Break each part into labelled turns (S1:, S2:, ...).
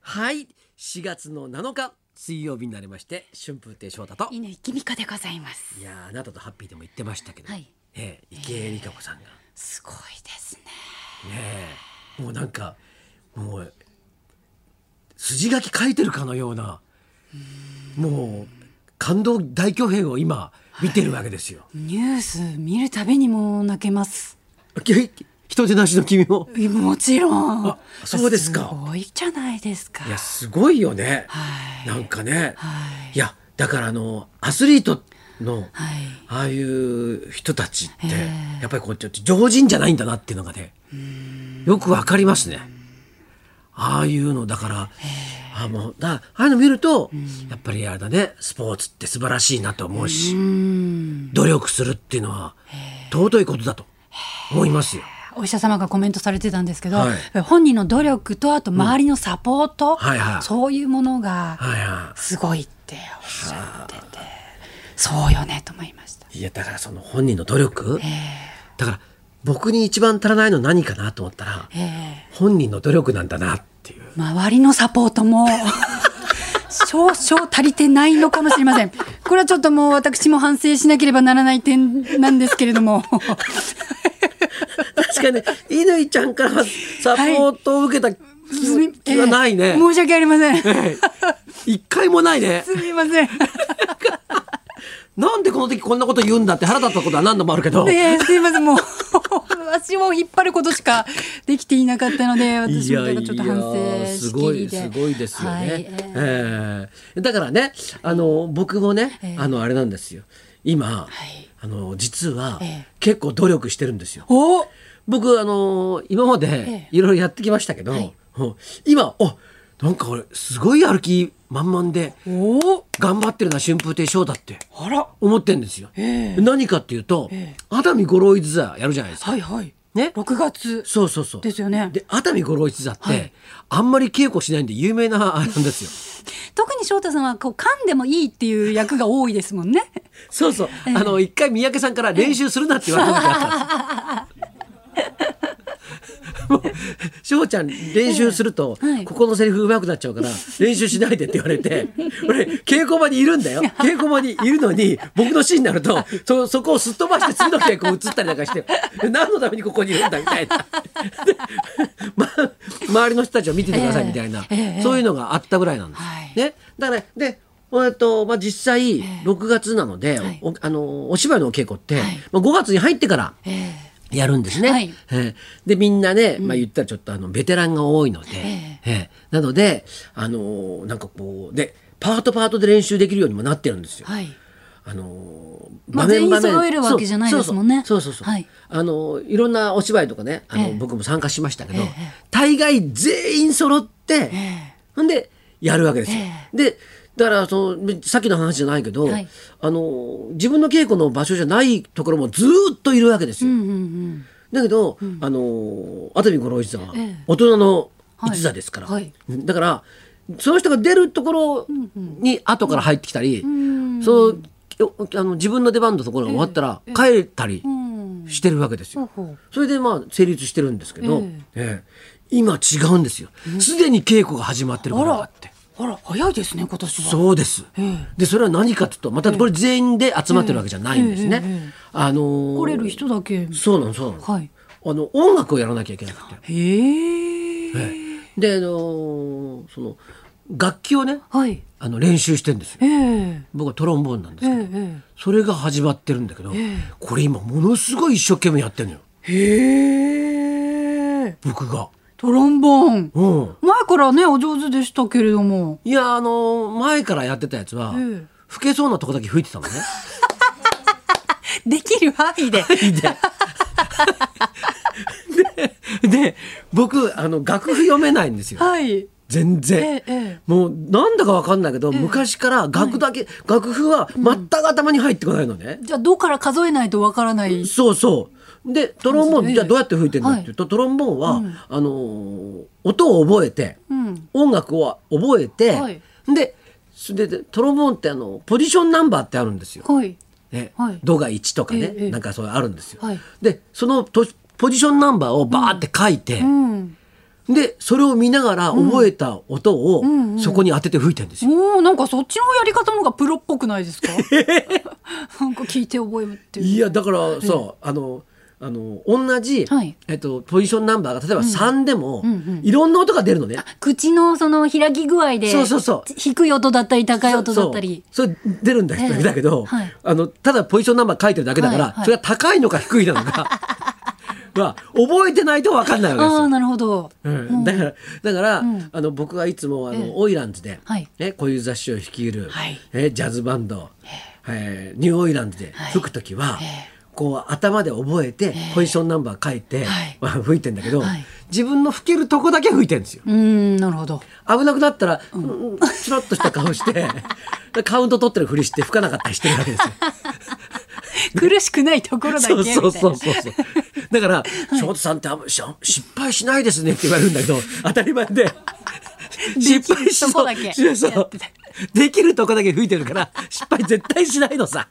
S1: はい4月の7日水曜日になりまして春風亭昇太と
S2: 犬きみかでございます。
S1: いやーあなたとハッピーでも言ってましたけど、
S2: はい
S1: ええ池江璃花子さんがね
S2: すごいですね。
S1: えもうなんかもう筋書き書いてるかのようなもう感動大巨編を今見てるわけですよ。
S2: ニュース見るたびにもう泣けます。
S1: け人手なしの君も
S2: もちろん
S1: あ。そうですか
S2: すごいじゃないですか。
S1: いやすごいよね、
S2: はい。
S1: なんかね、
S2: はい。
S1: いやだからあのアスリートの
S2: はい。
S1: ああいう人たちって、
S2: ええ
S1: やっぱりこうちょっと常人じゃないんだなっていうのがねよくわかりますね。ああいうのだから、ああもうだああいうの見ると、やっぱりあれだねスポーツって素晴らしいなと思うし、
S2: うん。
S1: 努力するっていうのは尊いことだと思いますよ。
S2: お医者様がコメントされてたんですけど、
S1: はい
S2: 本人の努力とあと周りのサポート、
S1: はいはい
S2: そういうものが
S1: はいは
S2: すごいっておっしゃってて、そうよねと思いました。
S1: い、いやだからその本人の努力
S2: え
S1: だから僕に一番足らないの何かなと思ったら
S2: ええ
S1: 本人の努力なんだなっていう。
S2: え周りのサポートも少 々足りてないのかもしれません。これはちょっともう私も反省しなければならない点なんですけれども。
S1: 確かに乾ちゃんからサポートを受けた気気はない
S2: ええ
S1: ね。
S2: 申し訳ありません。
S1: ええ一回もないね。
S2: すみません。
S1: なんでこの時こんなこと言うんだって腹立ったことは何度もあるけど。
S2: ええすみません。もう足を引っ張ることしかできていなかったので、私もだからちょっと反省
S1: す
S2: し
S1: ご
S2: きり
S1: い
S2: で。
S1: すごいですよね。
S2: はい
S1: え
S2: ええ
S1: えだからね、あの僕もね、
S2: ええ
S1: あのあれなんですよ。今、
S2: はい
S1: あの実は、
S2: ええ
S1: 結構努力してるんですよ。
S2: お
S1: 僕あの今まで
S2: え
S1: いろいろやってきましたけど、
S2: はい
S1: うん今おなんか俺すごい歩き満々で
S2: お
S1: 頑張ってるな春風亭昇太って
S2: あら
S1: 思ってんですよ。
S2: ええ
S1: 何かっていうと、
S2: ええ
S1: 熱海五郎一座やるじゃないですか。
S2: はいはい。
S1: ね
S2: 6月
S1: そうそうそう。
S2: ですよね。
S1: で熱海五郎一座って、
S2: はい
S1: あんまり稽古しないんで有名なあれなんですよ。
S2: 特に翔太さんはこう噛んでもいいっていう役が多いですもんね。
S1: そうそう、あの一回三宅さんから練習するなって言われた時があった んです。もう翔ちゃん練習すると、
S2: ええはい
S1: ここのセリフ上手くなっちゃうから練習しないでって言われて俺稽古場にいるん だよ稽古場にいるのに僕のシーンになるとそそこをすっ飛ばして次の稽古移ったりなんかしてで何のためにここにいるんだみたいなで、ま、周りの人たちを見ててくださいみたいな、
S2: ええええ
S1: そういうのがあったぐらいなんです。
S2: はい
S1: ね、だからでえっとまあ、実際
S2: え
S1: 6月なので、
S2: はい
S1: おあのお芝居のお稽古って、
S2: はい
S1: まあ、5月に入ってから
S2: え
S1: やるんですね。
S2: はい
S1: えーでみんなね、まあ、言ったらちょっとあのベテランが多いので、
S2: え
S1: えーなので、あのーなんかこうでパートパートで練習できるようにもなってるんですよ。
S2: はい。
S1: あのー
S2: まあ全員揃えるわけじゃないですもんね
S1: そうそうそうそうそう
S2: はい
S1: あのーいろんなお芝居とかねあの、
S2: ええ
S1: 僕も参加しましたけど、
S2: ええ
S1: 大概全員揃って、
S2: ええ
S1: ほんでやるわけですよ。
S2: え
S1: でだからそのさっきの話じゃないけど、
S2: はい
S1: あの自分の稽古の場所じゃないところもずーっといるわけですよ。
S2: うんうんうん。
S1: だけど、あの熱海五郎一座は
S2: ええ
S1: 大人の一座ですから、
S2: はいはい
S1: だからその人が出るところに後から入ってきたり、
S2: ん
S1: そのあの自分の出番のところが終わったら帰ったり
S2: うん。
S1: してるわけですよ。
S2: ほうほう。
S1: それでまあ成立してるんですけど、
S2: え
S1: ええ今違うんですよ。すでに稽古が始まってるこ
S2: あ
S1: とがあ
S2: ら
S1: って。、
S2: あら、早いですね、今年は。
S1: そうです、でそれは何かというとまたこれ全員で集まってるわけじゃないんですね。
S2: ええええええ
S1: あのー
S2: 来れる人だけ。
S1: そうなのそうなの、
S2: はい。
S1: あの音楽をやらなきゃいけなくて
S2: へえ。
S1: で、あのーその楽器をね
S2: はい。
S1: あの練習してるんですよ
S2: ええ。
S1: 僕はトロンボーンなんで
S2: え
S1: すけど、
S2: え。
S1: それが始まってるんだけど、これ今ものすごい一生懸命やってるのよ
S2: へえ。
S1: 僕が。
S2: トロンボーン。
S1: うん、
S2: 前からね、お上手でしたけれども。
S1: いやあのー前からやってたやつは、
S2: ええ
S1: 吹けそうなとこだけ吹いてたのね。
S2: できる範囲で。
S1: でで僕あの楽譜読めないんですよ
S2: はい。
S1: 全然。
S2: ええ。
S1: もうなんだかわかんないけど、昔から楽だけ、楽譜は全く頭に入ってこないのね。
S2: じゃあ、どうから数えないとわからない。
S1: そうそう。でトロンボーン、
S2: ええ
S1: じゃあどうやって吹いてるんだっていうと、トロンボーンは、あのー音を覚えて、
S2: うん。
S1: 音楽を覚えて、
S2: はい
S1: でそれでトロンボーンってあのポジションナンバーってあるんですよ。
S2: はい。
S1: ね
S2: はい
S1: ドが1とかね、
S2: ええ
S1: なんかそういうのあるんですよ。
S2: はい
S1: でそのとポジションナンバーをバーって書いて、
S2: うん。
S1: でそれを見ながら覚えた音を
S2: んうん
S1: そこに当てて吹いてるんですよ。
S2: おーなんかそっちのやり方の方がプロっぽくな いですかなんか聞いて覚えるっていう
S1: いやだからさあのあの同じ、
S2: はい
S1: えっと、ポジションナンバーが例えば3でも、
S2: うんうん
S1: いろんな音が出るのね。
S2: 口のその開き具合で
S1: そうそうそう
S2: 低い音だったり高い音だったり
S1: そうそう出るんだけど,、
S2: ええ
S1: だけど
S2: はい
S1: あのただポジションナンバー書いてるだけだから、
S2: はいはい
S1: それが高いのか低いなの かは覚えてないと分かんないわけです
S2: ああー
S1: よ。
S2: なるほど、
S1: うん、だからだから、
S2: ん
S1: あの僕はいつもあの、
S2: ええ
S1: オイランズで、
S2: はい
S1: ね、こういう雑誌を率いる、
S2: はい
S1: えジャズバンド、えーニューオイランズで
S2: はい
S1: 吹く時は、
S2: え
S1: こう頭で覚えて、ポジションナンバー書いて、
S2: はい
S1: まあ、 吹いてんだけど、
S2: はい
S1: 自分の吹けるとこだけ吹いてるんですよ。
S2: うーんなるほど
S1: 危なくなったら、うん、チロッとした顔して カウント取ってるふりして吹かなかったりしてるわけですよ。
S2: 苦しくないところだけ
S1: そ
S2: み
S1: う
S2: たいな
S1: そうそうそうそう。だから、ショートさんってあんましょ失敗しないですねって言われるん だけど、当たり前で。失敗しそう
S2: とこだけ
S1: しそう
S2: やってた
S1: できるとこだけ吹いてるから、失敗絶対しないのさ。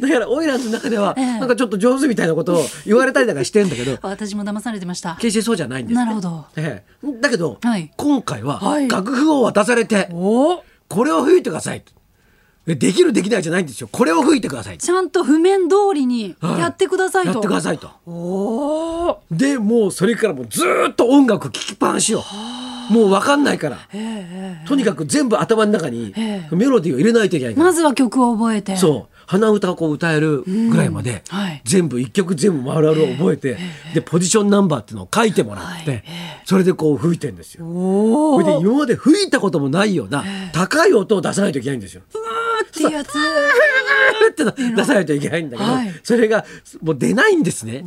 S1: だから、オイランズの中では、
S2: ええ
S1: なんかちょっと上手みたいなことを言われたりなんかしてるんだけど、
S2: 私も騙されてました
S1: 決してそうじゃないんですね。
S2: なるほど
S1: ええだけど、
S2: はい
S1: 今回は
S2: はい
S1: 楽譜を渡されて、
S2: お
S1: これを吹いてください。えできるできないじゃないんですよ。これを吹いてください。
S2: ちゃんと譜面通りに
S1: はい
S2: やってくださいと、
S1: やってくださいと。
S2: おお
S1: でもうそれからもうずーっと音楽聴きっぱなしよもう分かんないから
S2: えええ
S1: とにかく全部頭の中に
S2: ええ
S1: メロディーを入れないといけない
S2: え
S1: から、
S2: まずは曲を覚えて
S1: そう鼻歌をこう歌えるぐらいまで、
S2: うんはい
S1: 全部一曲全部丸々覚えて、でポジションナンバーっていうのを書いてもらって、
S2: はいえ
S1: それでこう吹いてんですよ。
S2: お
S1: そ
S2: お
S1: れで今まで吹いたこともないような高い音を出さないといけないんですよ。
S2: っていうやつ
S1: っての出さないといけないんだけど、
S2: はい
S1: それがもう出ないんですね。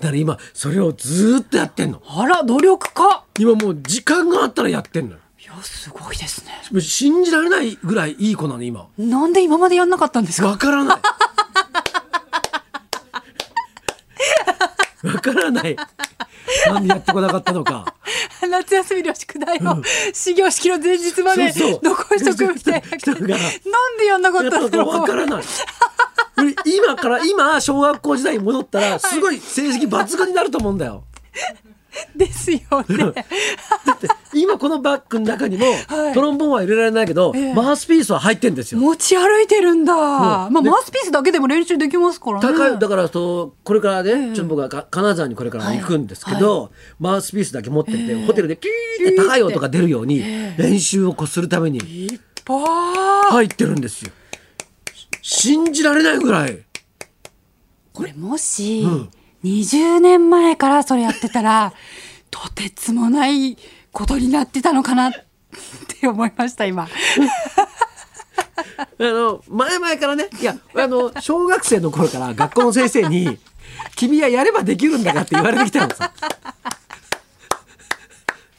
S1: だから今それをずーっとやってんの。
S2: あら努力家
S1: 今もう時間があったらやってんのよ。
S2: いやすごいですね
S1: もう信じられないぐらいいい子なの今。
S2: なんで今までやんなかったんですか
S1: わからない。わからない。なんでやってこなかったのか。
S2: 夏休みの宿題を、始業式の前日まで
S1: そうそう
S2: 残しとくみたいな
S1: 人が
S2: なんでやんなか
S1: や
S2: っ
S1: った
S2: たん
S1: の
S2: だ
S1: かわか
S2: ろう
S1: らない。俺今から今小学校時代に戻ったらすごい成績抜群になると思うんだよ。
S2: ですよね
S1: だって今このバッグの中にも
S2: はい
S1: トロンボーンは入れられないけど、
S2: ええ
S1: マウスピースは入ってんですよ。
S2: 持ち歩いてるんだ、まあ
S1: で
S2: マウスピースだけでも練習できますからね
S1: 高いだからそうこれからね、ちょっと僕はか金沢にこれから行くんですけど、マウスピースだけ持ってって、ホテルでピーって高い音が出るように練習をこうするために
S2: いっぱい
S1: 入ってるんですよ。信じられないぐらい。
S2: これもし、20年前からそれやってたら とてつもないことになってたのかなって思いまし た今
S1: あの前々からねいやあの小学生の頃から学校の先生 に「君はやればできるんだか」って言われてきたのさ。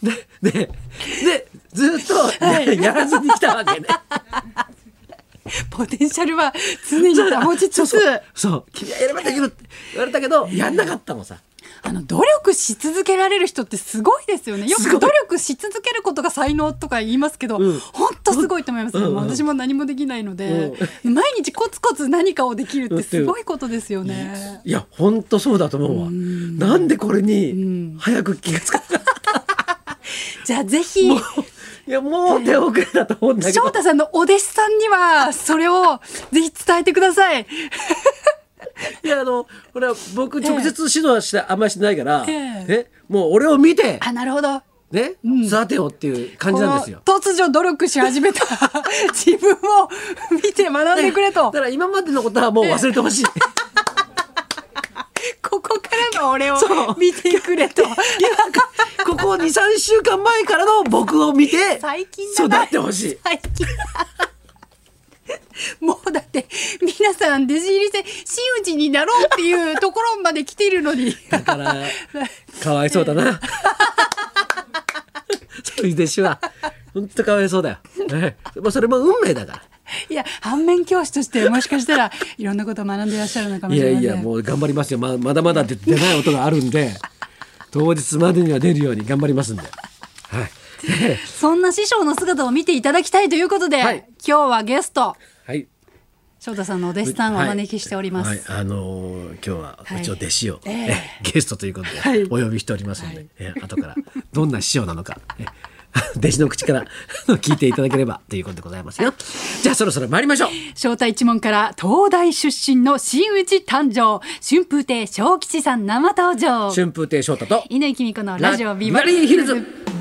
S1: でででずっとや やらずに来たわけね。
S2: ポテンシャルは常に保ちつつ
S1: そうそうそう君はやればできるって言われたけどやんなかったのさ。
S2: あの努力し続けられる人ってすごいですよね。よ
S1: すご
S2: く
S1: い
S2: 努力し続けることが才能とか言いますけど、
S1: うん
S2: 本当すごいと思います。
S1: うんうん
S2: もう私も何もできないので、毎日コツコツ何かをできるってすごいことですよね。
S1: いやほんとそうだと思うわ。なんでこれに早く気がつかなかった
S2: じゃあぜひ
S1: も ういやもう手遅れだと思うんだけ
S2: 翔
S1: ど。
S2: 太さんのお弟子さんにはそれをぜひ伝えてください。
S1: いやあのほら僕直接指導してあんまりしてないから、
S2: ええ
S1: ねもう俺を見て
S2: あ、なるほど。
S1: ね、育てようっていう感じなんですよ。
S2: この突如努力し始め た自分を見て学んでくれ
S1: だ
S2: と
S1: か。ら今までのことはもう忘れて ほしい。
S2: ここからの俺を
S1: そう
S2: 見てくれと。
S1: ここ2、3週間前からの僕を見て、
S2: 最近じ
S1: 育
S2: ゃない
S1: ってほしい。
S2: 最近 もうだって皆さん弟子入りして真打ちになろうっていうところまで来ているのに
S1: だから、かわいそうだな。 そういう弟子は、ほんとかわいそうだよ。ねまあそれも運命だか。
S2: いや反面教師としてもしかしたらいろんなことを学んでいらっしゃるのからも
S1: い
S2: し
S1: や
S2: れません
S1: いや、もう頑張りますよ。ままだまだ出出ない音があるんで、当日までには出るように頑張りますんで。 はい。
S2: そんな師匠の姿を見ていただきたいということで、
S1: はい
S2: 今日はゲスト
S1: はい。
S2: 翔太さんのお弟子さんをお招きしております。
S1: はい、あのー今日は
S2: はい
S1: 一応弟子を、
S2: ええ
S1: えゲストということで
S2: はい
S1: お呼びしておりますので、
S2: はい
S1: え後からどんな師匠なのか、え 弟子の口からあの聞いていただければということでございますよ。じゃあそろそろ参りましょう。
S2: 招待一門から東大出身の真打ち誕生春風亭昇吉さん生登場
S1: 春風亭昇太と
S2: 乾きみこのラジオビバ
S1: バ
S2: リ
S1: リ
S2: ー
S1: ー
S2: ヒ
S1: ヒ
S2: ル
S1: ル
S2: ズ
S1: ズ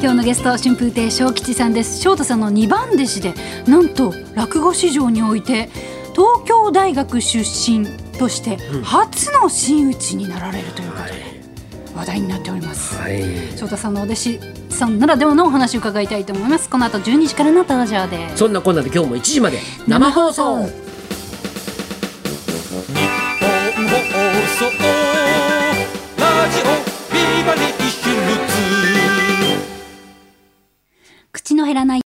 S2: 今日のゲスト春風亭昇吉さんです翔太さんの2番弟子でなんと落語史上において東京大学出身として初の真打ちになられるということで話題になっております、
S1: はい。
S2: 翔太さんのお弟子さんならではのお話を伺いたいと思いますこの後12時からの登場です
S1: そんなこんなで今日も1時まで生放送。
S2: 生放送
S1: 日本放送